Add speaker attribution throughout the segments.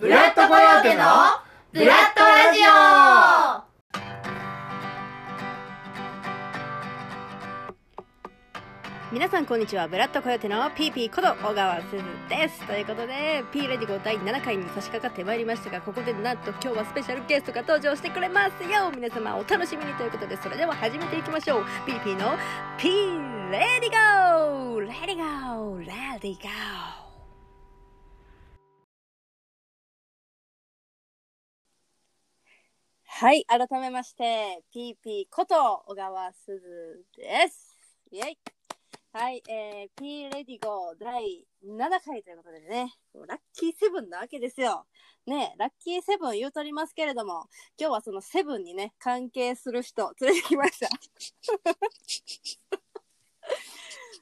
Speaker 1: ドコヨーテのブラッドラジオ
Speaker 2: 皆さんこんにちはブラッドコヨテのピーピーこと小川すずですということで P レディゴ第7回に差し掛かってまいりましたがここでなんと今日はスペシャルゲストが登場してくれますよ皆様お楽しみにということでそれでは始めていきましょうピーピーの P レディゴレディゴレディゴはい改めましてピーピーこと小川すずですイエイはい、えー、P レディゴ第7回ということでね、ラッキーセブンなわけですよ。ねえラッキーセブン言うとりますけれども、今日はそのセブンにね、関係する人連れてきました。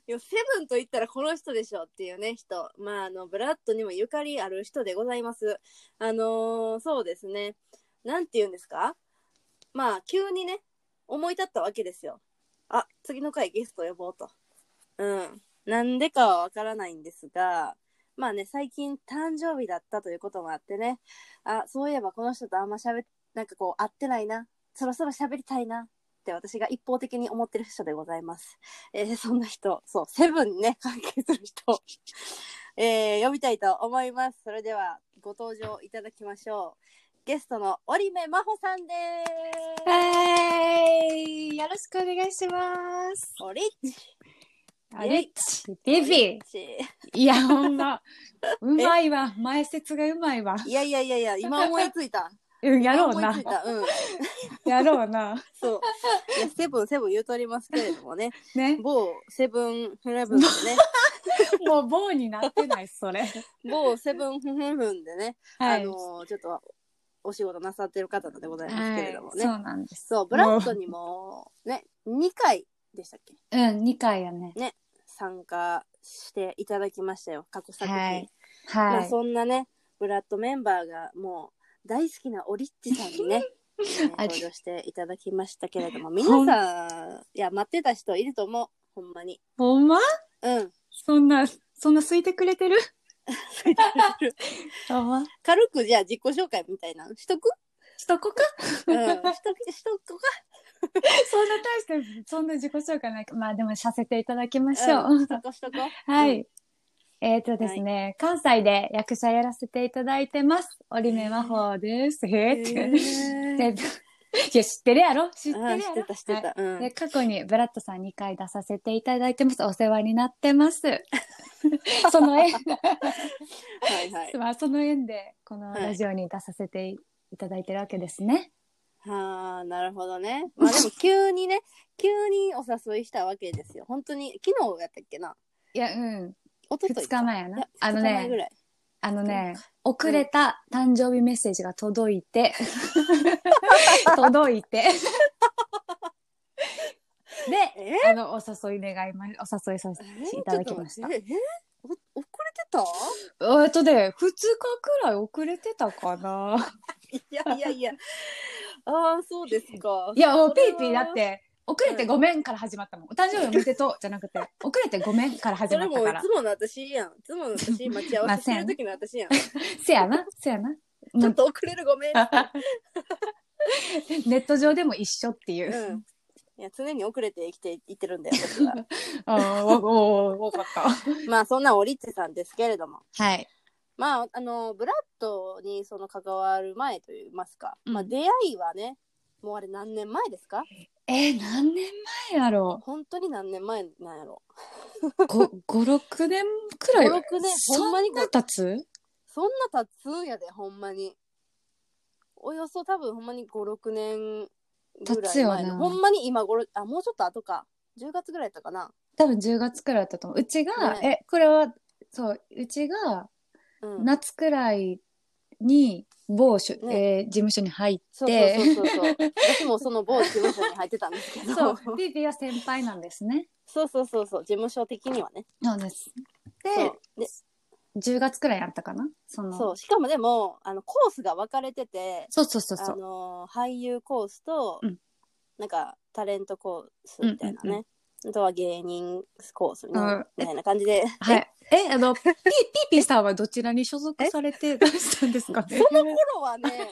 Speaker 2: い や、セブンと言ったらこの人でしょっていうね、人。まあ、あの、ブラッドにもゆかりある人でございます。あのーそうですね。なんて言うんですかまあ、急にね、思い立ったわけですよ。あ、次の回ゲスト呼ぼうと。うん。なんでかはわからないんですが、まあね、最近誕生日だったということもあってね、あ、そういえばこの人とあんま喋っ、なんかこう、会ってないな、そろそろ喋りたいなって私が一方的に思ってる人でございます。えーそんな人、そう、セブンにね、関係する人、えー呼びたいと思います。それでは、ご登場いただきましょう。ゲストの織目真帆さんで
Speaker 3: はい。よろしくお願いします。
Speaker 2: す。織っ
Speaker 3: あ
Speaker 2: イエイ
Speaker 3: れっち、ビビ。
Speaker 2: ち。
Speaker 3: いや、ほ んま。うまいわ。前説がうまいわ。
Speaker 2: いやいやいや いや、今思いついた。
Speaker 3: うん、やろう
Speaker 2: 今
Speaker 3: な
Speaker 2: 思いつい。た。うん。
Speaker 3: やろうな。
Speaker 2: そう。いや、セブン、セブン言うとおりますけれど もね。
Speaker 3: ね。
Speaker 2: 某セブンフレブンでね。
Speaker 3: もう棒になってない、それ。
Speaker 2: 某セブンフレブンでね。
Speaker 3: は
Speaker 2: あ
Speaker 3: い。
Speaker 2: のーちょっとお仕事なさってる方でございますけれどもね。
Speaker 3: そうなんです。
Speaker 2: そう、ブラッドにも、ね、2回でしたっけ
Speaker 3: うん、2回やね。
Speaker 2: 参加していただきましたよ。過去作品。
Speaker 3: はい
Speaker 2: ま
Speaker 3: は
Speaker 2: あ、
Speaker 3: い。
Speaker 2: そんなね、ブラッドメンバーがもう大好きなオリッチさんにね、えー
Speaker 3: あり
Speaker 2: 登場していただきましたけれども、皆さん、いや、待ってた人いると思う。ほんまに。
Speaker 3: ほんま
Speaker 2: うん。
Speaker 3: そんな、そんな空いてくれてる ほんま
Speaker 2: 軽くじゃあ自己紹介みたいなのしとく
Speaker 3: しとこか
Speaker 2: うん。 しとく、しとくか。
Speaker 3: そんな大して、そんな自己紹介ないか。まあでも、させていただきましょ
Speaker 2: うん
Speaker 3: う
Speaker 2: し。とこ しとこ。
Speaker 3: は
Speaker 2: うん
Speaker 3: い。えっ、とですね、関西で役者やらせていただいてます。織目魔法です。へーって。
Speaker 2: えー
Speaker 3: でいや、知ってるやろ知ってる
Speaker 2: う
Speaker 3: や
Speaker 2: ん
Speaker 3: ろ
Speaker 2: 知ってた、知って
Speaker 3: は
Speaker 2: た。う
Speaker 3: い
Speaker 2: ん。
Speaker 3: で過去にブラッドさん2回出させていただいてます。お世話になってます。 その縁、
Speaker 2: はいはい。
Speaker 3: まあその縁で、この
Speaker 2: はい
Speaker 3: ラジオに出させていただいてるわけですね。
Speaker 2: はあ、なるほどね。まあでも急にね、急にお誘いしたわけですよ。本当に、昨日やったっけな。
Speaker 3: いや、うん。
Speaker 2: おとと
Speaker 3: 2日前やな。あ
Speaker 2: あ
Speaker 3: の
Speaker 2: のね。ぐ
Speaker 3: ね、
Speaker 2: らい
Speaker 3: あのね、遅れた誕生日メッセージが届い て、届い て。で、
Speaker 2: え
Speaker 3: あの、お誘い願いま、お誘いさせて。いただきました
Speaker 2: えーちょっと待ってえーお遅れてた
Speaker 3: えっとね、2日くらい遅れてたかな。
Speaker 2: いやいやいや。ああ、そうですか。
Speaker 3: いや、もう
Speaker 2: そ
Speaker 3: ピ
Speaker 2: れは
Speaker 3: ーピーだっ。て、遅れてごめんから始まったもん。お誕生日おめでとうじゃな くて、遅れてごめんから始
Speaker 2: そ
Speaker 3: ま
Speaker 2: れ
Speaker 3: っ
Speaker 2: も
Speaker 3: た
Speaker 2: い
Speaker 3: から
Speaker 2: つ。もの私やん。いつもの私、待ち合わせしてる時の 私やん。ち
Speaker 3: せやな、せやな。
Speaker 2: ょっと遅れるごめん。
Speaker 3: ネット上でも一緒っていう。
Speaker 2: うん。いや、常に遅れて生きていってるんだよ、私は。
Speaker 3: ああ、わおーわかっ
Speaker 2: まあ、そんなオリッチさんですけれども。
Speaker 3: た。はい。
Speaker 2: まあ、あの、ブラッドにその関わる前といいますか、
Speaker 3: うん
Speaker 2: まあ、出会いはね、もうあれ何年前ですか
Speaker 3: えー何年前やろう
Speaker 2: 本当に何年前なんやろ
Speaker 3: 五五六年くらい。
Speaker 2: 5 6年ほんまに
Speaker 3: そんな経つ？
Speaker 2: そんな経つんやで、ほんまに。およそ多分ほんまに5、6年ぐ
Speaker 3: 経
Speaker 2: ら
Speaker 3: つ
Speaker 2: い
Speaker 3: よ
Speaker 2: 前
Speaker 3: な
Speaker 2: の。ほんまに今頃、あ、もうちょっと後か。10月ぐらいだったかな。
Speaker 3: 多分10月くらいだったと思う。うちが、えこれはそううちが
Speaker 2: うん。
Speaker 3: 夏くらいに某しゅ、
Speaker 2: ね
Speaker 3: えー事務所に入っ
Speaker 2: そう
Speaker 3: て、
Speaker 2: そうそうそう。私もその某事務所に入ってたんですけど。
Speaker 3: そう ピーピーは先輩なんですね。
Speaker 2: そうそうそうそう。事務所的にはね。
Speaker 3: そうです。
Speaker 2: そ
Speaker 3: で
Speaker 2: うで
Speaker 3: 10月くらいやったかな。その
Speaker 2: そう。しかもでも、あの、コースが分かれてて、
Speaker 3: そうそうそうそ
Speaker 2: あ
Speaker 3: う。
Speaker 2: のー俳優コースと、
Speaker 3: うん
Speaker 2: なんかタレントコースみたいな
Speaker 3: う
Speaker 2: ね、
Speaker 3: んうんう
Speaker 2: あとは芸人コースみ
Speaker 3: うん
Speaker 2: たいな感じで、
Speaker 3: はい。え、 あの、ピー、ピーピーさんはどちらに所属されてらしたんですか ね
Speaker 2: その頃はね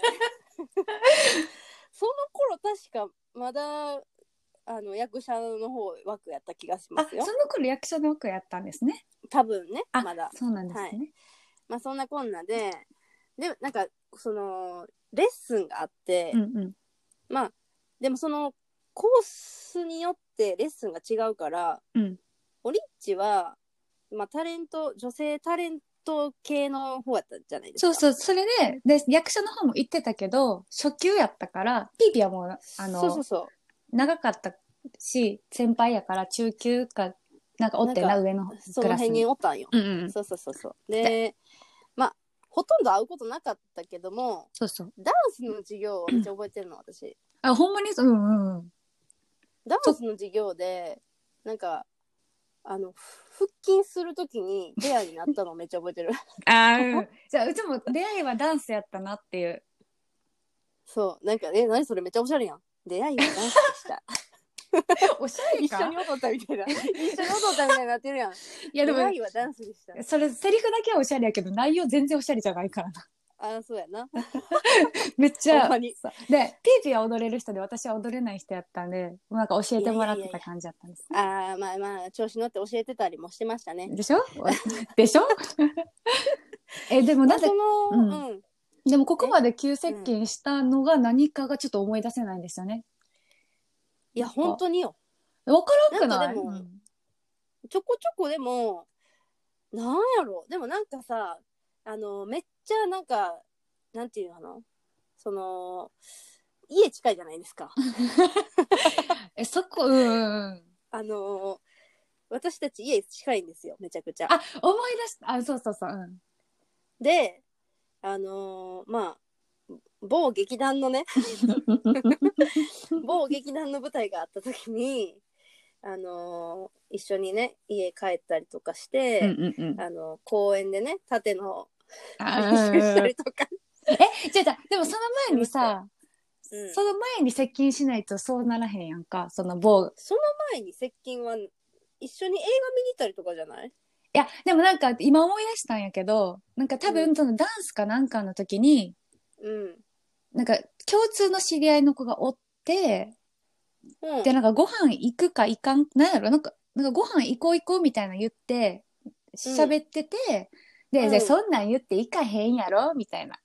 Speaker 2: その頃確かまだあの役者の方枠やった気がしま
Speaker 3: あ、
Speaker 2: す
Speaker 3: そ
Speaker 2: よ
Speaker 3: の頃役者の奥やったんですね。
Speaker 2: 多分ね
Speaker 3: あ、
Speaker 2: まだ
Speaker 3: そうなんですね。
Speaker 2: まあそんなこんなででなんかそのレッスンがあって、
Speaker 3: うんうん。
Speaker 2: まあでもそのコースによってレッスンが違うから、
Speaker 3: うん
Speaker 2: オリッチは、まあ、タレント女性タレント系の方やったじゃないですか
Speaker 3: そうそう、それで、で、役者の方も言ってたけど、初級やったから、ピーピーはもう、あの、
Speaker 2: そうそうそう
Speaker 3: 長かったし、先輩やから中級か、なんかおってんな、
Speaker 2: なん
Speaker 3: 上の
Speaker 2: そ
Speaker 3: ク
Speaker 2: の
Speaker 3: ラス
Speaker 2: 辺に
Speaker 3: に。
Speaker 2: おったんよ、
Speaker 3: うんうん。
Speaker 2: そうそうそうそうでまあほとんど会うことなかったけども
Speaker 3: そうそう。
Speaker 2: ダンスの授業をめっちゃ覚えてるの私
Speaker 3: あ、ほんまにそう、うんうんうん。
Speaker 2: ダンスの授業でなんかあの腹筋するときにペアになったの めっちゃ覚えてる
Speaker 3: あーじゃあ、うちも出会いはダンスやったなっていう。
Speaker 2: そうなんかえ何それめっちゃおしゃれやん出会いはダンスでした
Speaker 3: おしゃれ
Speaker 2: 一緒
Speaker 3: か
Speaker 2: に踊ったみたいな一緒に踊ったみたいになってるやん
Speaker 3: いや、で
Speaker 2: 出
Speaker 3: も
Speaker 2: 会、いはダンスでした
Speaker 3: それ、セリフだけはおしゃれやけど、内容全然おしゃれじゃないからな。
Speaker 2: あそうやな
Speaker 3: めっちゃ
Speaker 2: ほんまに。
Speaker 3: で、ピーピーは踊れる人で、私は踊れない人やったんで、なんか教えてもらってた感じだったんです。
Speaker 2: あーまあまあ調子乗って教えてたりもしてましたね
Speaker 3: でしょでしょえ、でもな
Speaker 2: まあ
Speaker 3: ん で
Speaker 2: そ、の
Speaker 3: う
Speaker 2: うん
Speaker 3: でもここまで急接近したのが何かがちょっと思い出せないんですよね。
Speaker 2: いや本当によ
Speaker 3: わからんくな
Speaker 2: なん
Speaker 3: い
Speaker 2: かでもちょこちょこでもなんやろでもなんかさあのめっちゃなんかなんていうのその家近いじゃないですか
Speaker 3: え、そこ、うんうんうん。
Speaker 2: あの私たち家近いんですよめちゃくちゃ
Speaker 3: あ、思い出した。あ、そうそうそう。うん、
Speaker 2: であのまあ某劇団 のね某劇団の舞台があった時にあの一緒にね家帰ったりとかして、
Speaker 3: うんうんうん。
Speaker 2: あの公園でね縦の
Speaker 3: あ
Speaker 2: 練
Speaker 3: うんう
Speaker 2: 習した
Speaker 3: ん
Speaker 2: りとか、
Speaker 3: え、じゃじゃでもその前にさ、
Speaker 2: うん
Speaker 3: その前に接近しないとそうならへんやんか。その某
Speaker 2: その前に接近は一緒に映画見に行ったりとかじゃない
Speaker 3: いや、でもなんか今思い出したんやけど、なんか多
Speaker 2: う
Speaker 3: 分そのダンスかなんかの時に、
Speaker 2: うん。
Speaker 3: なんか共通の知り合いの子がおって、
Speaker 2: うん、
Speaker 3: で、なんかご飯行くか行かん、なんやろ、なんか、なんかご飯行こう行こうみたいな言って、喋ってて、で、
Speaker 2: うん
Speaker 3: じゃあそんなん言って行かへんやろみたいな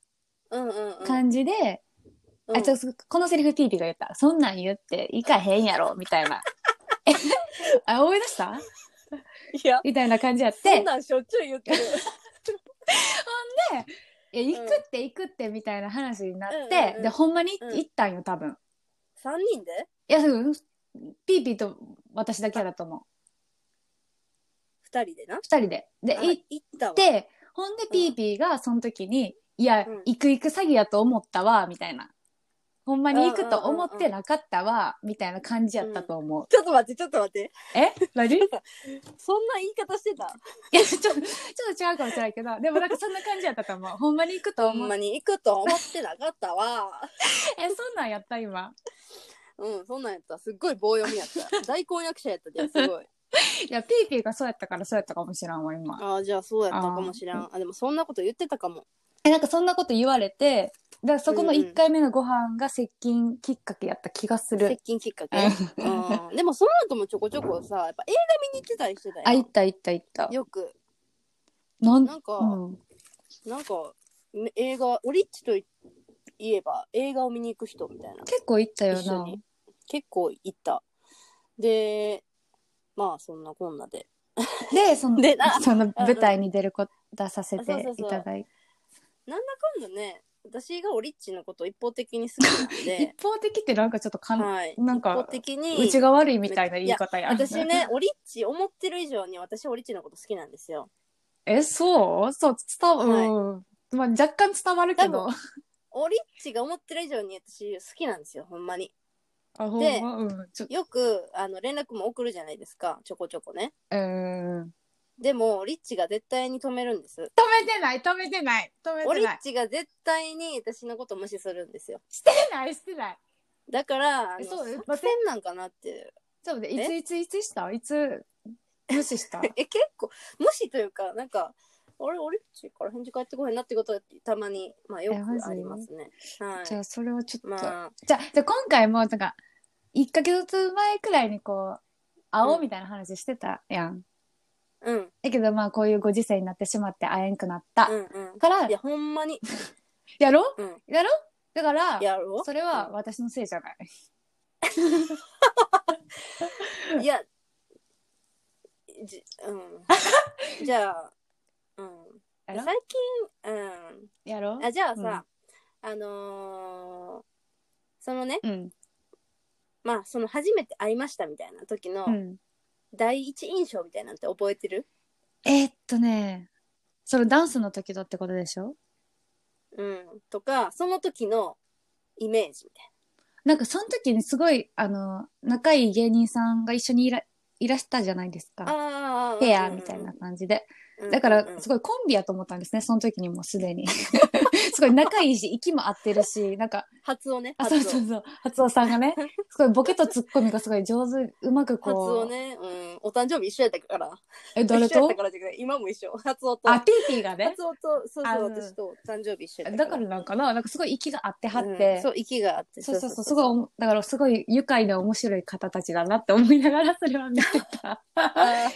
Speaker 2: うんうんうん。
Speaker 3: 感じで、
Speaker 2: うん
Speaker 3: あ、ちょ、このセリフピーピーが言った。そんなん言って行かへんやろみたい な。えあ、思い出した
Speaker 2: いや、
Speaker 3: みたいな感じやって。
Speaker 2: そんなんしょっちゅう言 ってる。
Speaker 3: いや行くって行くってみたいな話になって、
Speaker 2: うんうんうん
Speaker 3: でほんまに
Speaker 2: うん
Speaker 3: 行ったんよ多分
Speaker 2: 3人で
Speaker 3: いやうんピーピーと私だけだと思う
Speaker 2: ?2 人でな。
Speaker 3: 二人でで
Speaker 2: あ
Speaker 3: 行っ
Speaker 2: ったわ。
Speaker 3: てほんでピーピーがその時に「いや、
Speaker 2: うん
Speaker 3: 行く行く詐欺やと思ったわ」みたいな「ほんまに行くと思ってなかったわ」みたいな感じやったと思う、
Speaker 2: ちょっと待って、ちょっと待って。
Speaker 3: え何い
Speaker 2: そんな言い方してた
Speaker 3: やちょちょっと違うかもしれないけどでもなんかそんな感じやったと思うほんまに行くと
Speaker 2: ほん
Speaker 3: 思っ
Speaker 2: ま
Speaker 3: て
Speaker 2: に行くと思ってなかったわ。
Speaker 3: えそんなんやった今
Speaker 2: うん、そんなんやった。すっごい棒読みや った。大婚約者やったじゃん、すごい。
Speaker 3: いやピーピーがそうやったからそうやったかもしらんわ今
Speaker 2: ああ、じゃあそうやったかもしらん。あ、でもそんなこと言ってたかも。
Speaker 3: えなんかそんなこと言われてだからそこの
Speaker 2: うんうん
Speaker 3: 1回目のご飯が接近きっかけやった気がする、
Speaker 2: 接近きっかけ。うん。でもその後もちょこちょこさ、やっぱ映画見に行ってたりしてた
Speaker 3: あ
Speaker 2: や
Speaker 3: 行
Speaker 2: ん
Speaker 3: っ。た行った行った
Speaker 2: よく。
Speaker 3: なん
Speaker 2: なんか、
Speaker 3: うん、
Speaker 2: なんかめ映画オリッチといえば映画を見に行く人みたいな
Speaker 3: 結構行ったよ
Speaker 2: 一緒
Speaker 3: な
Speaker 2: に結構行ったでまあそんなこんなで
Speaker 3: でその
Speaker 2: でな
Speaker 3: その舞台に出るこ出させて
Speaker 2: あそう
Speaker 3: い
Speaker 2: そうそう
Speaker 3: ただいて
Speaker 2: なんだかんだね私がオリッチのことを一方的に好きな んで
Speaker 3: 一方的ってなんかちょっとかん、
Speaker 2: はい
Speaker 3: なん
Speaker 2: 一方
Speaker 3: か
Speaker 2: 的
Speaker 3: う
Speaker 2: に
Speaker 3: ちが悪いみたいな言い方や
Speaker 2: 私ねオリッチ思ってる以上に私オリッチのこと好きなんですよ
Speaker 3: えそうそう伝わ、うんまあ、若干伝わるけど
Speaker 2: 多オリッチが思ってる以上に私好きなんですよほんまに
Speaker 3: あほんまうんちょ
Speaker 2: よくあの連絡も送るじゃないですかちょこちょこね
Speaker 3: うん止
Speaker 2: でもリッチが絶対に止めるんです
Speaker 3: めてない止めてない止め
Speaker 2: オ
Speaker 3: て
Speaker 2: リ
Speaker 3: な
Speaker 2: ッ
Speaker 3: い
Speaker 2: チが絶対に私のこと無視するんですよ
Speaker 3: してないしてない
Speaker 2: だからあの
Speaker 3: えそうえ
Speaker 2: 作戦なんかなって
Speaker 3: ちょっと待って、
Speaker 2: え
Speaker 3: いついついつしたいつ無視 した
Speaker 2: え、結構、無視というか、なんか、あれ、俺っちから返事返ってこへんなってことはたまに、まあよ
Speaker 3: えマジ
Speaker 2: くありますね。は
Speaker 3: じゃ
Speaker 2: い。
Speaker 3: あそれをちょっと、
Speaker 2: まあ、
Speaker 3: じゃあじゃあ今回もなんか1ヶ月前くらいにこう会おうみたいな話してたやん、
Speaker 2: うん、うん、
Speaker 3: だけどまあこういうご時世になってしまって会えんくなった、
Speaker 2: うん。
Speaker 3: から
Speaker 2: いや、ほんまに、
Speaker 3: やろ
Speaker 2: うん、
Speaker 3: やろだから
Speaker 2: やろ
Speaker 3: それは私のせいじゃない、
Speaker 2: いや、じ、 うん。じゃあ、うん。
Speaker 3: やろ
Speaker 2: 最近、うん。
Speaker 3: やろ
Speaker 2: あじゃあさ、あのーそのね
Speaker 3: うん
Speaker 2: まあその初めて会いましたみたいな時の
Speaker 3: うん
Speaker 2: 第一印象みたいなんて覚えてる
Speaker 3: えーっとねそのダンスの時だってことでしょ
Speaker 2: うんとかその時のイメージみたい
Speaker 3: なんかその時にすごいあの仲いい芸人さんが一緒にいらいらしたじゃないですか
Speaker 2: なあー
Speaker 3: ペアみたいな、感じで
Speaker 2: うんうん
Speaker 3: だか
Speaker 2: うん
Speaker 3: らすごいコンビやと思ったんですねその時にもうすでに すごい仲いいし息も合ってるしなんか
Speaker 2: 発音ね
Speaker 3: あ
Speaker 2: 発
Speaker 3: そうそ
Speaker 2: 音
Speaker 3: うそう初音さんがねすごいボケとツッコミがすごい上手うまくこう
Speaker 2: 発音ね、うん、お誕生日一緒やったから
Speaker 3: え誰
Speaker 2: 一緒やっ
Speaker 3: と
Speaker 2: たからじゃなくて今も一緒発音と
Speaker 3: あピーピーがね
Speaker 2: 発音とそうそう
Speaker 3: あうん
Speaker 2: 私とお誕生日一緒やった
Speaker 3: だからなんかななんかすごい息が合ってはって、
Speaker 2: うんそう息があって
Speaker 3: そうそうそう、すごいおも、だからすごい愉快な面白い方たちだなって思いながらそれは見てた。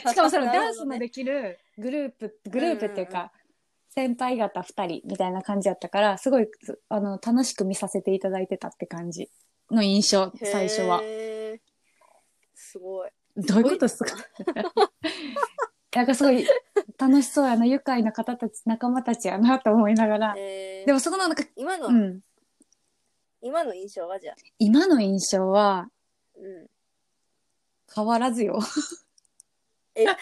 Speaker 3: しかもそのダンスのできる グループ、グループっていう
Speaker 2: うんうん
Speaker 3: か、先輩方2人みたいな感じだったから、すごい、すあの、楽しく見させていただいてたって感じの印象、最初は。
Speaker 2: へーすごい
Speaker 3: どういうことですか なんかすごい楽しそうやな、愉快な方たち、仲間たちやなと思いながら。
Speaker 2: えー
Speaker 3: でもそこのなんか、
Speaker 2: 今の、
Speaker 3: うん、
Speaker 2: 今の印象はじゃあ、
Speaker 3: 今の印象は
Speaker 2: うん、
Speaker 3: 変わらずよ。
Speaker 2: え
Speaker 3: え、や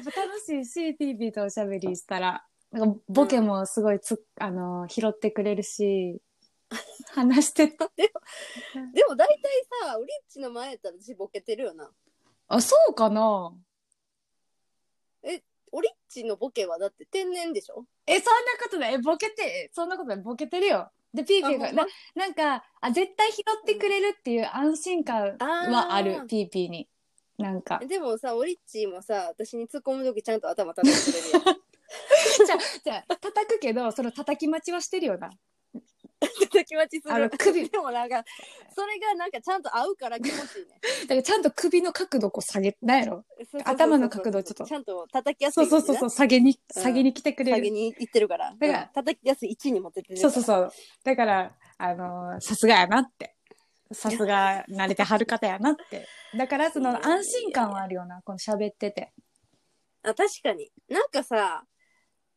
Speaker 3: っぱ楽しいし、ピーピーとおしゃべりしたら、なんかボケもすごいつ、あの、拾ってくれるし、話してた。
Speaker 2: でも大体さウリッチの前やったら私ボケてるよな
Speaker 3: あ、そうかな
Speaker 2: ウリッチのボケはだって天然でしょ
Speaker 3: え、そんなことない。え、ボケて、そんなことない。ボケてるよ。で、ピーピー
Speaker 2: あ
Speaker 3: が、
Speaker 2: ほんま
Speaker 3: ななんか、あ、絶対拾ってくれるっていう安心感はあ
Speaker 2: あ
Speaker 3: る
Speaker 2: ー、
Speaker 3: ピーピーに。なんか。
Speaker 2: でもさウリッチもさ私に突っ込む時ちゃんと頭叩いてくれるやん
Speaker 3: じゃあ、じゃあ叩くけど、その叩き待ちはしてるよな。
Speaker 2: 叩き待ちす
Speaker 3: あの
Speaker 2: る
Speaker 3: 首
Speaker 2: でもなんかそれがなんかちゃんと合うから気持ちいいね
Speaker 3: だからちゃんと首の角度こう下げ、なんやろ
Speaker 2: そうそうそうそう
Speaker 3: 頭の角度ちょっと
Speaker 2: ちゃんと叩きやす
Speaker 3: そ
Speaker 2: いう
Speaker 3: そうそうそう、下げに、
Speaker 2: うん
Speaker 3: 下げに来てくれ
Speaker 2: 下
Speaker 3: る
Speaker 2: げ。に行ってるから
Speaker 3: だから
Speaker 2: うん叩きやすい位置に持ってってる
Speaker 3: そうそうそう。だから、あのーさすがやなって。さすが、慣れてはる方やなって。だから、その、安心感はあるよな、この喋ってて。
Speaker 2: あ確かになんかさ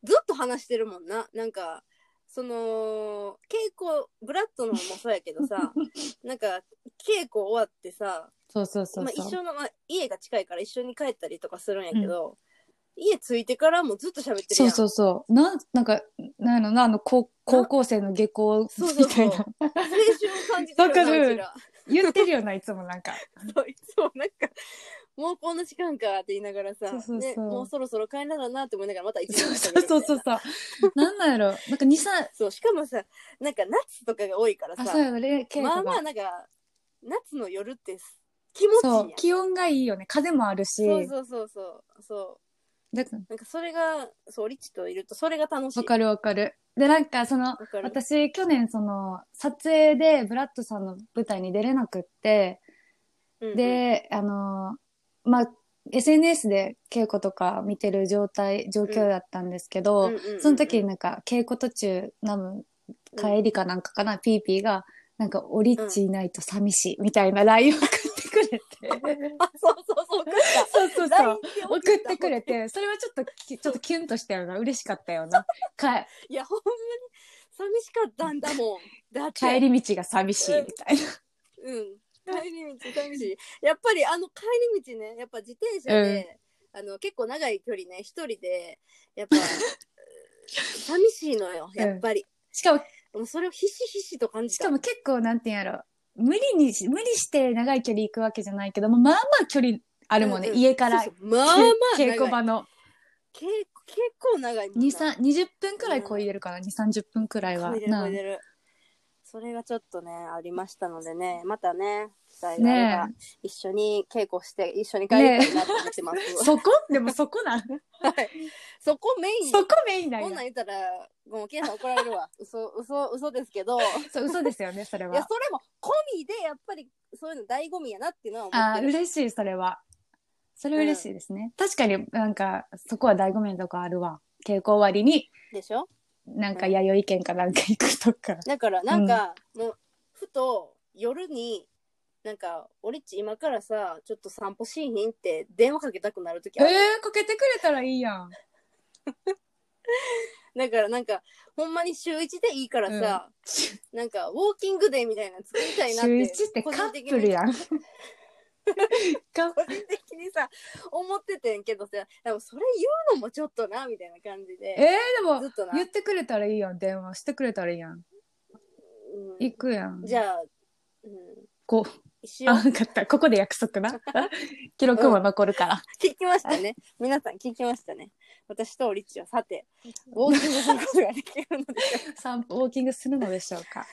Speaker 2: ずっと話してるもんななんかその稽古ブラッドのもそうやけ どさなんか稽古終わってさ
Speaker 3: そうそうそう
Speaker 2: まあ、
Speaker 3: そう。
Speaker 2: 一緒の、まあ、家が近いから一緒に帰ったりとかするんやけど、家着いてからもずっと喋ってる
Speaker 3: そ
Speaker 2: や
Speaker 3: うんそうそう。なん、なんか、なんやろな、あの、高高校生の下校
Speaker 2: そうそうそう
Speaker 3: みたいな。
Speaker 2: 青春を感じてるよな
Speaker 3: わかる
Speaker 2: うちら
Speaker 3: 言ってるよな、いつもなんか。
Speaker 2: そういつもなんかもうこんな時間かって言いながら
Speaker 3: そ
Speaker 2: さ
Speaker 3: うそうそう
Speaker 2: ね、もうそろそろ帰らななって思いながらまた一
Speaker 3: そ
Speaker 2: 時
Speaker 3: う
Speaker 2: 間
Speaker 3: そうそうそううそう。なんなんやろ。なんか2、3、
Speaker 2: そうしかもさなんか夏とかが多いからさ
Speaker 3: あ、そうやろ、れ、稽古
Speaker 2: まあ
Speaker 3: が。
Speaker 2: まあなんか夏の夜って気持ちいいや
Speaker 3: そ
Speaker 2: ん
Speaker 3: う、気温がいいよね。風もあるし。
Speaker 2: そうそうそうそうそ
Speaker 3: だから
Speaker 2: うなんかそれがそうリッチといるとそれが楽しい
Speaker 3: わかるわかる。で、なんかその
Speaker 2: わか、る
Speaker 3: 私、去年その、撮影でブラッドさんの舞台に出れなくって、
Speaker 2: うんうん、
Speaker 3: で、あの、まあ、SNS で稽古とか見てる状態、状況だったんですけど、
Speaker 2: うんうんうんうん
Speaker 3: その時になんか、稽古途中、多分、帰りかなんかかな、ピーピーが、なんか、オリッチいないと寂しい、みたいな LINE を送ってくれて。
Speaker 2: あそうそうそう送っ
Speaker 3: そうそう
Speaker 2: た
Speaker 3: そう
Speaker 2: LINE。で
Speaker 3: 送ってくれ
Speaker 2: 送った
Speaker 3: て、それはちょっとき、ちょっとキュンとしたよな、嬉しかったよな。か
Speaker 2: いやほんまに寂しかったんだもんだって
Speaker 3: 帰り道が寂しいみたいな。
Speaker 2: うん帰り道寂しいやっぱりあの帰り道ねやっぱ自転車で、あの結構長い距離ね一人でや っぱ寂しいのよやっぱり、
Speaker 3: しかも、
Speaker 2: もうそれをひしひしと感じ
Speaker 3: したかも結構、なんていうんやろ。無理にし、無理して長い距離行くわけじゃないけども、まあまあ距離あるもんね。
Speaker 2: うんうん
Speaker 3: 家から
Speaker 2: そ。うそうまあまあ長い
Speaker 3: 稽古場の
Speaker 2: け結構長いもんな
Speaker 3: 2、3、20分くらいこいでるかな。2、30分くらいは。
Speaker 2: こいでる
Speaker 3: な
Speaker 2: こいでるそれがちょっとね、ありましたのでね、またね、機会があれば
Speaker 3: ね
Speaker 2: 一緒に稽古して、一緒に帰りたいなって思ってます。
Speaker 3: そこでもそこなん
Speaker 2: そこメイン。
Speaker 3: そこメインなん
Speaker 2: こん
Speaker 3: や
Speaker 2: なん言ったら、もう、ケイさん怒られるわ。嘘、嘘、嘘ですけど、いや、
Speaker 3: そう嘘ですよねそれ
Speaker 2: それ
Speaker 3: は
Speaker 2: も込みで、やっぱり、そういうの醍醐味やなっていうのは思っ
Speaker 3: あ
Speaker 2: てる。
Speaker 3: 嬉しいそれはそれは嬉しいですね、確かになんかそこは醍醐味のとこあるわ稽古終わりに
Speaker 2: でしょ
Speaker 3: なんか弥生県かなんか行くとか、
Speaker 2: だから、なんか、もう、ふと、夜に、なんか、俺っち今からさ、ちょっと散歩しーひんって電話かけたくなるときある。
Speaker 3: ー、かけてくれたらいいやん
Speaker 2: だからなんかほんまに週一でいいからさ、なんかウォーキングデーみたいなの作りたいなって
Speaker 3: 週一ってカップル やんカッ
Speaker 2: 個人的に個人的にさ思っててんけどさでもそれ言うのもちょっとなみたいな感じ
Speaker 3: えー、
Speaker 2: で
Speaker 3: でも
Speaker 2: ずっとな、
Speaker 3: 言ってくれたらいいやん電話してくれたらいいやん
Speaker 2: うん
Speaker 3: 行くやん
Speaker 2: じゃあ、うん、
Speaker 3: こ
Speaker 2: 一
Speaker 3: うあ
Speaker 2: 応
Speaker 3: 分かったここで約束 な記録も残るから、
Speaker 2: 聞きましたね皆さん聞きましたね私とオリッチはさてウォーキングすることができるので
Speaker 3: 散歩ウォーキングするのでしょうか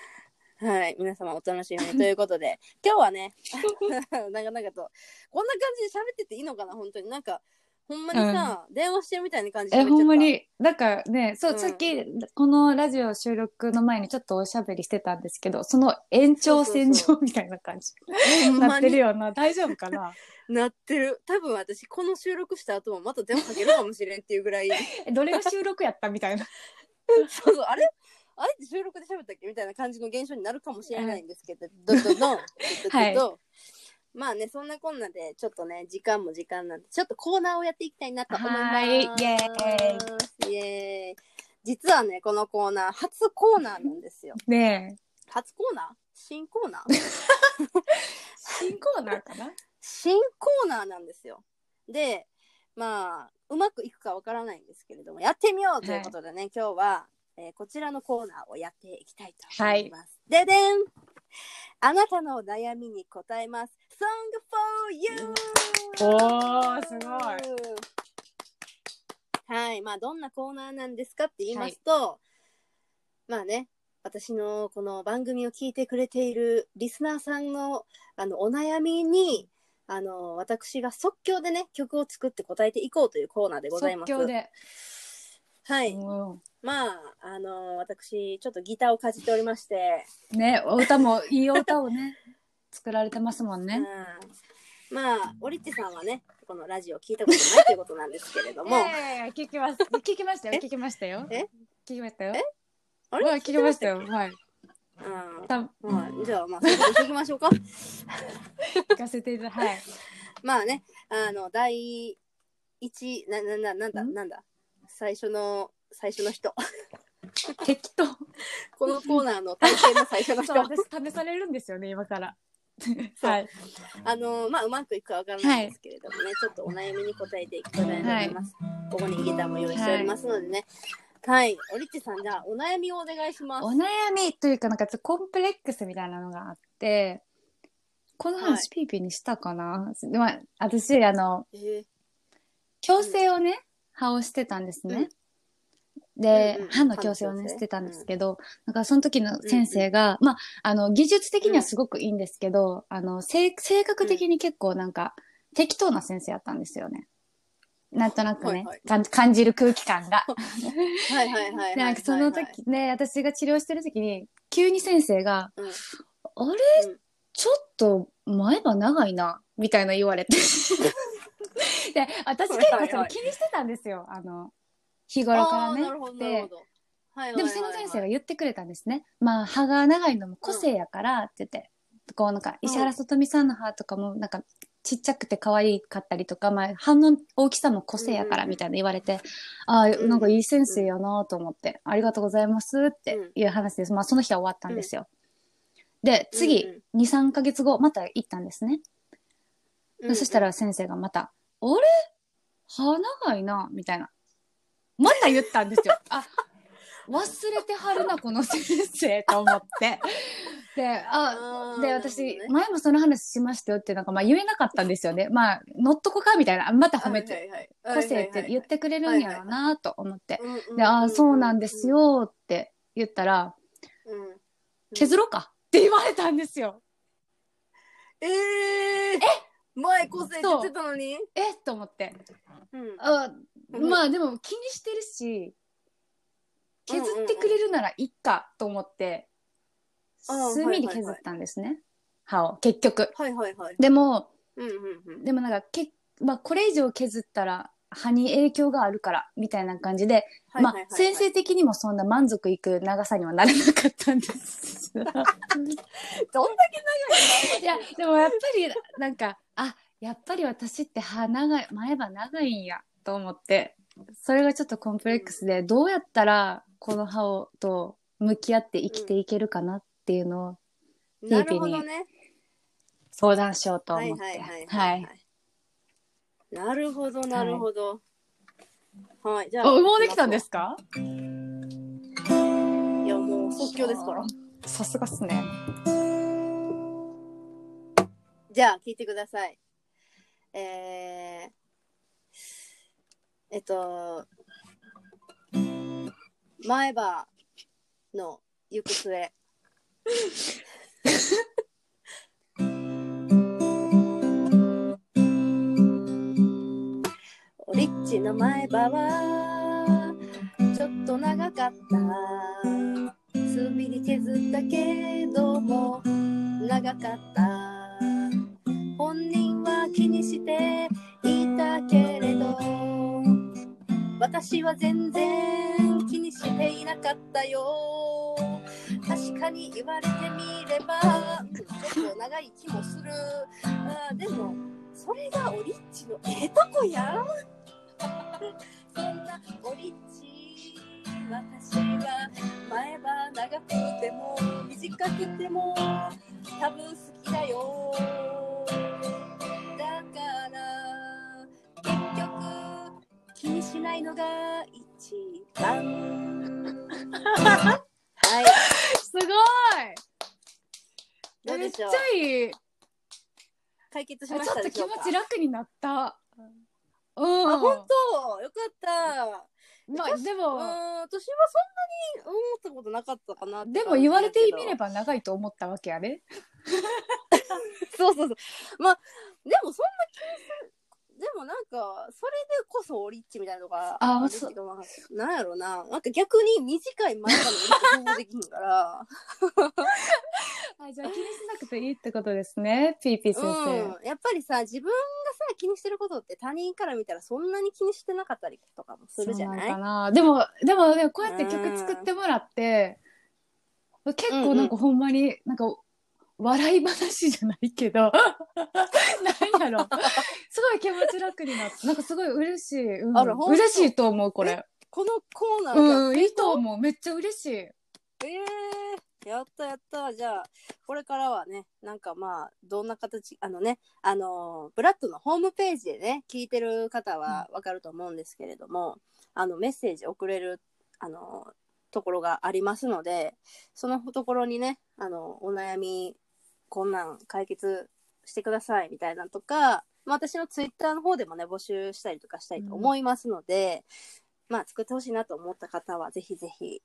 Speaker 2: はい、皆様お楽しみにということで、今日はね、 長々と、こんな感じで喋ってていいのかな、本当に。なんか、ほんまにさ、電話してるみたいな感じで
Speaker 3: え
Speaker 2: 喋っちゃった
Speaker 3: ほんま。になんかねそう、
Speaker 2: うん
Speaker 3: さっきこのラジオ収録の前にちょっとおしゃべりしてたんですけどその延長線
Speaker 2: そうそう
Speaker 3: 上みたいな感じ
Speaker 2: ほん
Speaker 3: な
Speaker 2: ま
Speaker 3: ってる
Speaker 2: に
Speaker 3: よな大丈夫かな
Speaker 2: なってる。多分私、この収録した後もまた電話かけるかもしれんっていうぐらい、
Speaker 3: えどれが収録やったみたいな
Speaker 2: そうそう、あれあれって収録で喋ったっけみたいな感じの現象になるかもしれないんですけど、どどどん、
Speaker 3: はい
Speaker 2: どどどまあね、そんなこんなで、ちょっとね、時間も時間なんで、ちょっとコーナーをやっていきたいなと思います。
Speaker 3: はいイエ
Speaker 2: イエーイ実はね、このコーナー、初コーナーなんですよ。
Speaker 3: ねえ
Speaker 2: 初コーナー新コーナー
Speaker 3: 新コーナーかな
Speaker 2: 新コーナーなんですよ。で、まあ、うまくいくかわからないんですけれども、やってみようということでね、今日は、えーこちらのコーナーをやっていきたいと思います。ででんあなたのお悩みに答えます。Song for you!
Speaker 3: おーすご
Speaker 2: はい、まあ、どんなコーナーなんですかって言いますと、まあね、私のこの番組を聞いてくれているリスナーさんのあのお悩みに、あの、私が即興でね、曲を作って答えていこうというコーナーでござい
Speaker 3: 即
Speaker 2: ます。
Speaker 3: 興で、
Speaker 2: はい。
Speaker 3: う
Speaker 2: まあ、あの、私、ちょっとギターをかじっておりまして、
Speaker 3: んねお歌もいいお歌を ね作られてますもんね、
Speaker 2: うん、まあ、オリッチさんはね、このラジオ聞いたことないということなんですけれど も、
Speaker 3: ええ聞きます聞きましたよ
Speaker 2: え
Speaker 3: 聞きましたよ
Speaker 2: え
Speaker 3: 聞きましたよ
Speaker 2: えあ
Speaker 3: はい聞きました
Speaker 2: よ。
Speaker 3: よはい
Speaker 2: うん
Speaker 3: た
Speaker 2: はい、じゃあ、まあ、それで聞きましょうか。
Speaker 3: 聞かせていただはい
Speaker 2: まあね、あの、第一、な、な、な、なんだ、
Speaker 3: ん
Speaker 2: なんだ、最初の、最初の 人。
Speaker 3: 適当
Speaker 2: このコーナーの体験の最初の人
Speaker 3: そう。私試されるんですよね今から
Speaker 2: そう
Speaker 3: はい
Speaker 2: あのまあうまくいくかわからないんですけれどもね、ちょっとお悩みに答えていきたいと思います、ここにギターも用意しておりますのでねはい、オリッチさんじゃあお悩みをお願いします
Speaker 3: お悩みというかなんかちょっとコンプレックスみたいなのがあってこの
Speaker 2: はい
Speaker 3: 話ピーピーにしたかな、でまあ私あの
Speaker 2: え
Speaker 3: 矯正をね、歯をしてたんですね。で、
Speaker 2: うんうん
Speaker 3: 歯の矯正を
Speaker 2: 歯の
Speaker 3: ね、
Speaker 2: 矯正
Speaker 3: してたんですけど、なんかその時の先生が、まあ、あの、技術的にはすごくいいんですけど、あの、性性格的に結構なんか、適当な先生やったんですよね。なんとなくね、
Speaker 2: はいはい
Speaker 3: かん感じる空気感が。
Speaker 2: ーはいはいはいはいはい
Speaker 3: なんかその時ね、私が治療してる時に、急に先生が、
Speaker 2: うん
Speaker 3: あれ、
Speaker 2: うん
Speaker 3: ちょっと前歯長いな、みたいな言わ れて。で、私結構それ気にしてたんですよ、あの、日頃から
Speaker 2: あー
Speaker 3: ね
Speaker 2: なるほど。な
Speaker 3: で、
Speaker 2: るほどはいはいはいはい
Speaker 3: でもその先生が言ってくれたんですね。まあ、歯が長いのも個性やからって言って、こうなんか、石原さとみさんの歯とかもなんか、ちっちゃくて可愛かったりとか、まあ、歯の大きさも個性やからみたいな言われて、ああ、なんかいい先生やなと思って、ありがとうございますっていう話です。まあ、その日は終わったんですよ。で、次、
Speaker 2: うん
Speaker 3: 2、3ヶ月後、また行ったんですね。
Speaker 2: うん
Speaker 3: そしたら先生がまた、あれ歯長いな、みたいな。また言ったん ですよ。あ、忘れてはるな、この先生、と思って。で、あ、
Speaker 2: あー
Speaker 3: で、
Speaker 2: な
Speaker 3: 私
Speaker 2: る、ほどね
Speaker 3: 前もその話しましたよって、なんかまあ言えなかったんですよね。まあ、乗っとこか、みたいな。あまた褒めて、
Speaker 2: はいはいはい
Speaker 3: 個性って言ってくれるんやろうな、と思って。
Speaker 2: うんうんうん
Speaker 3: で、あ、そうなんですよ、って言ったら、
Speaker 2: うん
Speaker 3: 削ろうかって言われたんですよ。
Speaker 2: えー、え前個性って言ってたのに
Speaker 3: えっと思って。
Speaker 2: うん
Speaker 3: あ
Speaker 2: うん
Speaker 3: まあでも気にしてるし削ってくれるならいいかと思って
Speaker 2: うんうんうんあー
Speaker 3: 墨で削ったんですね歯を結局
Speaker 2: はいはいはい
Speaker 3: でも
Speaker 2: うんうんうん
Speaker 3: でもなんかけ、まあ、これ以上削ったら歯に影響があるからみたいな感じで、
Speaker 2: はいはいはいはい
Speaker 3: まあ先生的にもそんな満足いく長さにはならなかったんですどんだけ長いいやでもやっぱりなんかあやっぱり私って歯長い前歯長いんやと思ってそれがちょっとコンプレックスで、どうやったらこの歯をと向き合って生きていけるかなっていうのを
Speaker 2: なるほどね
Speaker 3: 相談しようと
Speaker 2: はい
Speaker 3: 思
Speaker 2: は
Speaker 3: っ
Speaker 2: い
Speaker 3: て
Speaker 2: はい
Speaker 3: は
Speaker 2: はい
Speaker 3: い
Speaker 2: なるほどなるほどはいじゃあ
Speaker 3: あ羽毛できたんですか
Speaker 2: いやもう即興ですから
Speaker 3: さすがっすね
Speaker 2: じゃあ聞いてください。えー、えっと、前歯の行く末。 オリッチの前歯はちょっと長かった数ミリ削ったけども長かった本人は気にしていたけれど私は全然気にしていなかったよ確かに言われてみればうんちょっと長い気もするあーでもそれがオリッチのええとこやんそんなオリッチ私は前歯長くても短くても多分好きだよだから結局気にしないのが 一番はい
Speaker 3: すごい
Speaker 2: どう
Speaker 3: め
Speaker 2: で
Speaker 3: っ
Speaker 2: し
Speaker 3: ち
Speaker 2: ょ
Speaker 3: ゃ
Speaker 2: う
Speaker 3: いい
Speaker 2: 解決し
Speaker 3: ちょっ
Speaker 2: ました
Speaker 3: と
Speaker 2: でし
Speaker 3: 気
Speaker 2: ょう
Speaker 3: 持
Speaker 2: か
Speaker 3: ち楽になったうん
Speaker 2: あ本当よかった
Speaker 3: まあで
Speaker 2: う
Speaker 3: も
Speaker 2: ーん私はそんなに思ったことなかったかな
Speaker 3: でも言われてみれ
Speaker 2: ば
Speaker 3: ば長いと思ったわけやね
Speaker 2: そうそうそうまあでもそんな気にするでもなんかそれでこそオリッチみたいなのが
Speaker 3: あ
Speaker 2: るっていうかまあなんやろななんか逆に短い前からのオリッチ想像できんから
Speaker 3: あじゃあ気にしなくていいってことですねピーピー先生
Speaker 2: うんやっぱりさ自分がさ気にしてることって他人から見たらそんなに気にしてなかったりとかもするじゃない
Speaker 3: そうなんかなでもでもでもこうやって曲作ってもらって結構なんかほんまになんか笑い話じゃないけど なんやろすごい気持ち楽になったなんかすごい嬉しい、うん
Speaker 2: あらほんと
Speaker 3: 嬉しいと思うこれ
Speaker 2: このコーナーが
Speaker 3: うんいいと思うめっちゃ嬉しい
Speaker 2: ええやったやった。じゃあ、これからはね、なんかまあ、どんな形、あのね、あのー、ブラッドのホームページでね、聞いてる方はわかると思うんですけれども、あの、メッセージ送れる、あのー、ところがありますので、そのところにね、あの、お悩み、こんなん解決してくださいみたいなのとか、まあ、私のツイッターの方でもね、募集したりとかしたいと思いますので、まあ、作ってほしいなと思った方は、ぜひぜひ、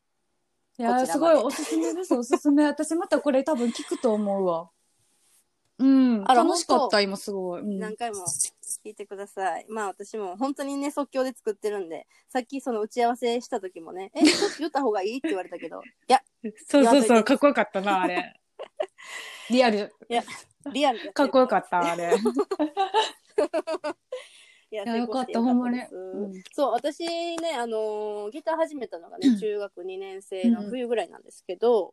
Speaker 3: い
Speaker 2: こち
Speaker 3: や
Speaker 2: らま
Speaker 3: ー
Speaker 2: です
Speaker 3: ごいおすすめですおすすめ私またこれ多分聞くと思うわうん
Speaker 2: あら
Speaker 3: 楽しか
Speaker 2: ほん
Speaker 3: っ
Speaker 2: と
Speaker 3: た今すごい、うん
Speaker 2: 何回も聞いてください。まあ私も本当にね、即興で作ってるんで、さっきその打ち合わせした時も ね、え、ちょっと言った方がいいって言われたけど、いや、
Speaker 3: そうそうそうかっこよかったなあ れリアル
Speaker 2: リアルでやて
Speaker 3: かっ
Speaker 2: る
Speaker 3: こよかったあれ
Speaker 2: いや
Speaker 3: いやよかった
Speaker 2: 成
Speaker 3: ほ
Speaker 2: 功して
Speaker 3: んまに、
Speaker 2: です
Speaker 3: うん
Speaker 2: そう、私ね、あのーギター始めたのがね、中学2年生の冬ぐらいなんですけど、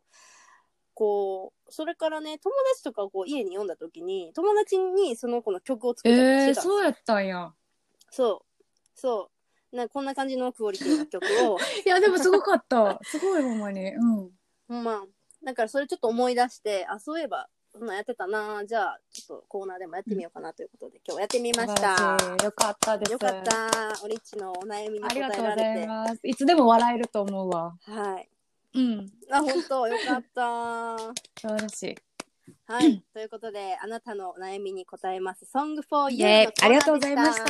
Speaker 2: こう、それからね、友達とかをこう家に読んだ時に、友達にその子の曲を作った
Speaker 3: えー、
Speaker 2: りしてたんですよ
Speaker 3: そうやったんや
Speaker 2: そう、そう。なこんな感じのクオリティの曲を、
Speaker 3: いやでもすごかったすごいほんまにうん
Speaker 2: ほんまあ、だからそれちょっと思い出して、あ、そういえば、そんなんやってたなじゃあ、ちょっとコーナーでもやってみようかなということで、今日やってみまし
Speaker 3: 素
Speaker 2: た。
Speaker 3: 晴らしいよかったです
Speaker 2: よかった。オリッチのお悩みに
Speaker 3: あ
Speaker 2: 答え
Speaker 3: り
Speaker 2: ら
Speaker 3: がと
Speaker 2: れて
Speaker 3: う。ございますいつでも笑えると思うわ
Speaker 2: はい。
Speaker 3: うん
Speaker 2: あ、本当よかった。
Speaker 3: 素晴らしい
Speaker 2: はい。ということで、あなたのお悩みに答えます。Song for You
Speaker 3: ね
Speaker 2: のコーナーでした
Speaker 3: ありがとうございました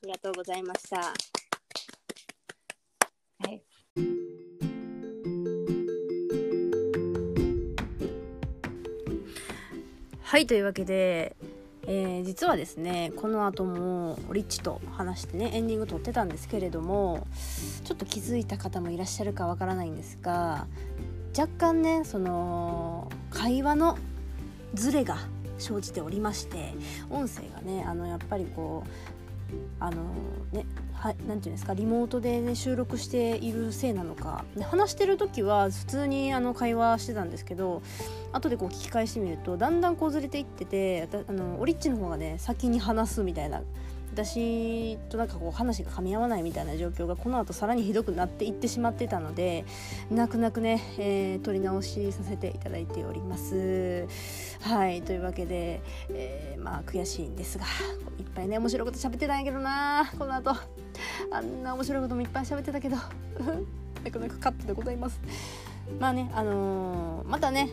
Speaker 2: ありがとうございました。
Speaker 3: はい
Speaker 2: はいというわけで、えー実はですねこの後もリッチと話してねエンディング撮ってたんですけれどもちょっと気づいた方もいらっしゃるかわからないんですが若干ねその会話のズレが生じておりまして音声がねあのやっぱりこうあのねはなんていうんですかリモートで、ね、収録しているせいなのかで話してる時は普通にあの会話してたんですけど後でこう聞き返してみるとだんだんこうずれていっててたあのオリッチの方がね先に話すみたいな私となんかこう話が噛み合わないみたいな状況がこの後さらにひどくなっていってしまってたので泣く泣くね、えー、取り直しさせていただいております。はいというわけで、えーまあ悔しいんですがいっぱいね面白いこと喋ってたんやけどなこの後あんな面白いこともいっぱい喋ってたけど なくなくカットでございます。まあねあのーまたね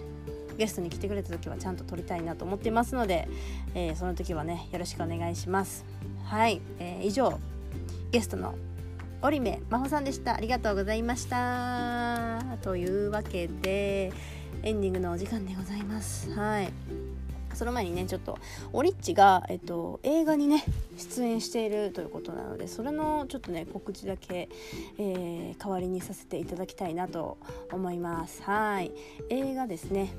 Speaker 2: ゲストに来てくれた時はちゃんと撮りたいなと思っていますので、えーその時はねよろしくお願いしますはい、えー以上ゲストの織目真帆さんでしたありがとうございましたというわけでエンディングのお時間でございますはいその前にねちょっとオリッチが、えっと、映画にね出演しているということなのでそれのちょっとね告知だけ、えー代わりにさせていただきたいなと思いますはい映画ですね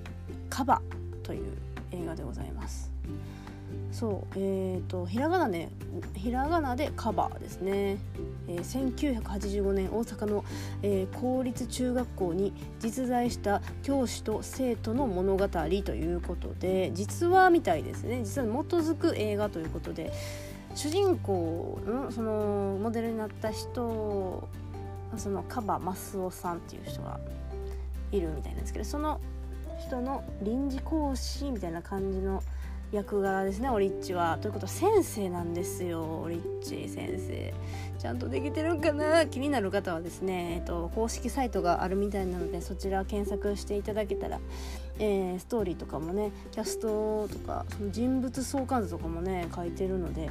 Speaker 2: カバという映画でございますそうえー、とひらがなねひらがなでカバーですね、えー1985年大阪の、えー公立中学校に実在した教師と生徒の物語ということで実話みたいですね実は基づく映画ということで主人公のそのモデルになった人そのカバマスオさんっていう人がいるみたいなんですけどその人の臨時講師みたいな感じの役柄ですねオリッチは。ということは先生なんですよオリッチ先生。ちゃんとできてるんかな気になる方はですね、えっと、公式サイトがあるみたいなのでそちら検索していただけたら、えーストーリーとかもねキャストとかその人物相関図とかもね書いてるので。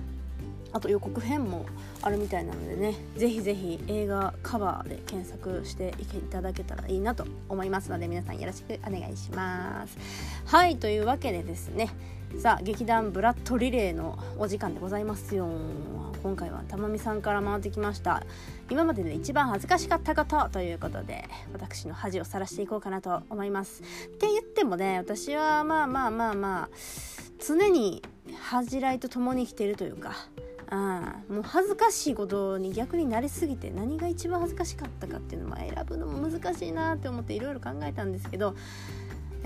Speaker 2: あと予告編もあるみたいなのでねぜひぜひ映画カバーで検索していけいただけたらいいなと思いますので皆さんよろしくお願いしますはいというわけでですねさあ劇団ブラッドリレーのお時間でございますよ今回はたまみさんから回ってきました今までで一番恥ずかしかったことということで私の恥をさらしていこうかなと思いますって言ってもね私はまあまあまあまあ常に恥じらいと共に生きているというかああもう恥ずかしいことに逆になりすぎて何が一番恥ずかしかったかっていうのも選ぶのも難しいなって思っていろいろ考えたんですけど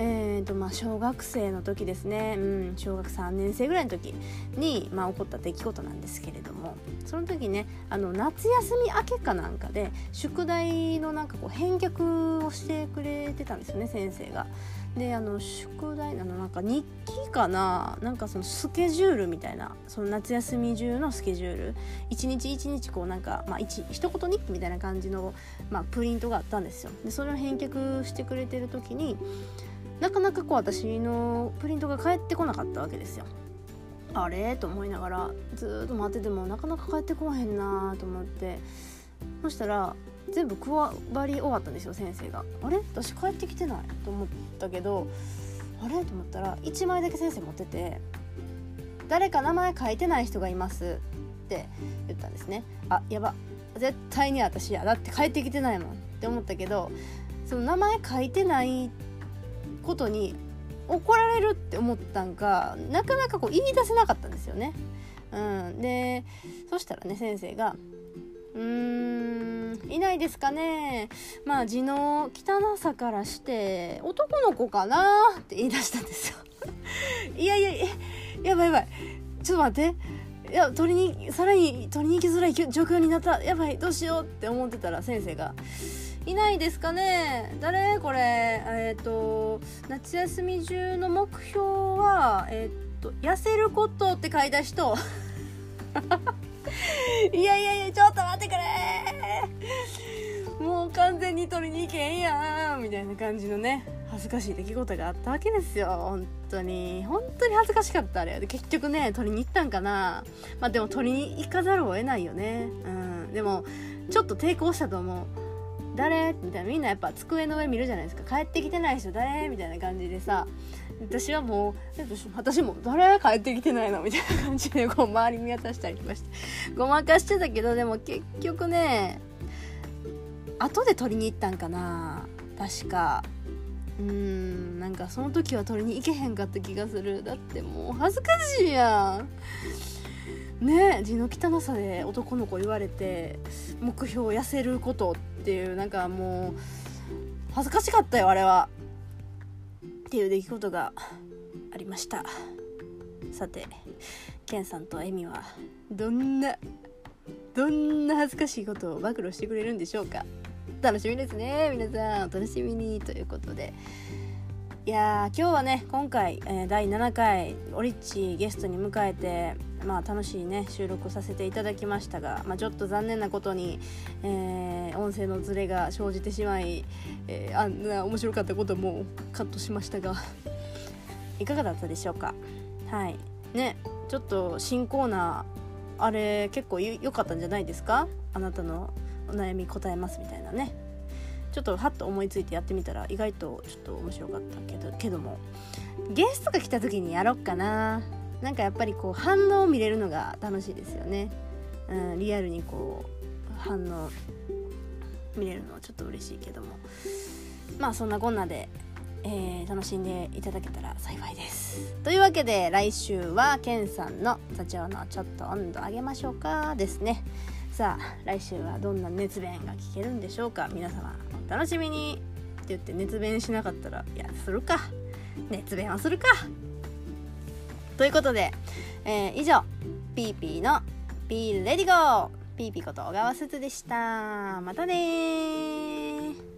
Speaker 2: えーとまあ、小学生の時ですね、うん、小学3年生ぐらいの時に、まあ、起こった出来事なんですけれどもその時ねあの夏休み明けかなんかで宿題のなんかこう返却をしてくれてたんですよね先生が。であの宿題あのなんか日記かななんかそのスケジュールみたいなその夏休み中のスケジュール一日一日こうなんか、まあ、一一言日記みたいな感じの、まあ、プリントがあったんですよ。でそれを返却してくれてる時になかなかこう私のプリントが返ってこなかったわけですよ。あれと思いながらずーっと待っててもなかなか返ってこへんなーと思ってそしたら全部配り終わったんですよ先生が。あれ私帰ってきてないと思ったけどあれと思ったら1枚だけ先生持ってて「誰か名前書いてない人がいます」って言ったんですね。あやば絶対に私やだって帰ってきてないもんって思ったけどその名前書いてないことに怒られるって思ったんかなかなかこう言い出せなかったんですよね。うん、でそしたらね先生が「うーんいないですかねまあ字の汚さからして男の子かな」って言い出したんですよ。 いやいやいややばいやばいちょっと待って。いや取りにさらに取りに行きづらい状況になったやばいどうしようって思ってたら先生がいないですかね誰これえっ、と夏休み中の目標はえっ、と痩せること って書いた人いやいやいやちょっと待ってくれもう完全に取りに行けんやんみたいな感じのね恥ずかしい出来事があったわけですよ本当に本当に恥ずかしかったあれで結局ね取りに行ったんかなまあでも取りに行かざるを得ないよねうんでもちょっと抵抗したと思う誰みたいなみんなやっぱ机の上見るじゃないですか帰ってきてない人誰みたいな感じでさ私はもうえ私私も誰帰ってきてないのみたいな感じでこう周り見渡したりとかしてごまかしてたけどでも結局ね後で取りに行ったんかな確かうーんなんかその時は取りに行けへんかった気がするだってもう恥ずかしいやんねえ地の汚さで男の子言われて目標を痩せることっていうなんかもう恥ずかしかったよあれはっていう出来事がありましたさてケンさんとエミはどんなどんな恥ずかしいことを暴露してくれるんでしょうか楽しみですね皆さんお楽しみにということでいやー今日はね今回、えー第7回オリッチゲストに迎えてまあ楽しいね収録をさせていただきましたが、まあ、ちょっと残念なことに、えー音声のズレが生じてしまい、えーあんな面白かったこともカットしましたが いかがだったでしょうかはいねちょっと新コーナーあれ結構ゆ良かったんじゃないですかあなたのお悩み答えますみたいなねちょっとはっと思いついてやってみたら意外とちょっと面白かったけどけどもゲストが来た時にやろっかななんかやっぱりこう反応を見れるのが楽しいですよね、うん、リアルにこう反応見れるのはちょっと嬉しいけどもまあそんなこんなで、えー楽しんでいただけたら幸いですというわけで来週はケンさんの「座長のちょっと温度上げましょうか」ですねさあ来週はどんな熱弁が聞けるんでしょうか皆様お楽しみにって言って熱弁しなかったらいやするか熱弁はするかということで、えー以上ピーピーの「ピーレディゴー」ピーピーこと小川すずでしたまたねー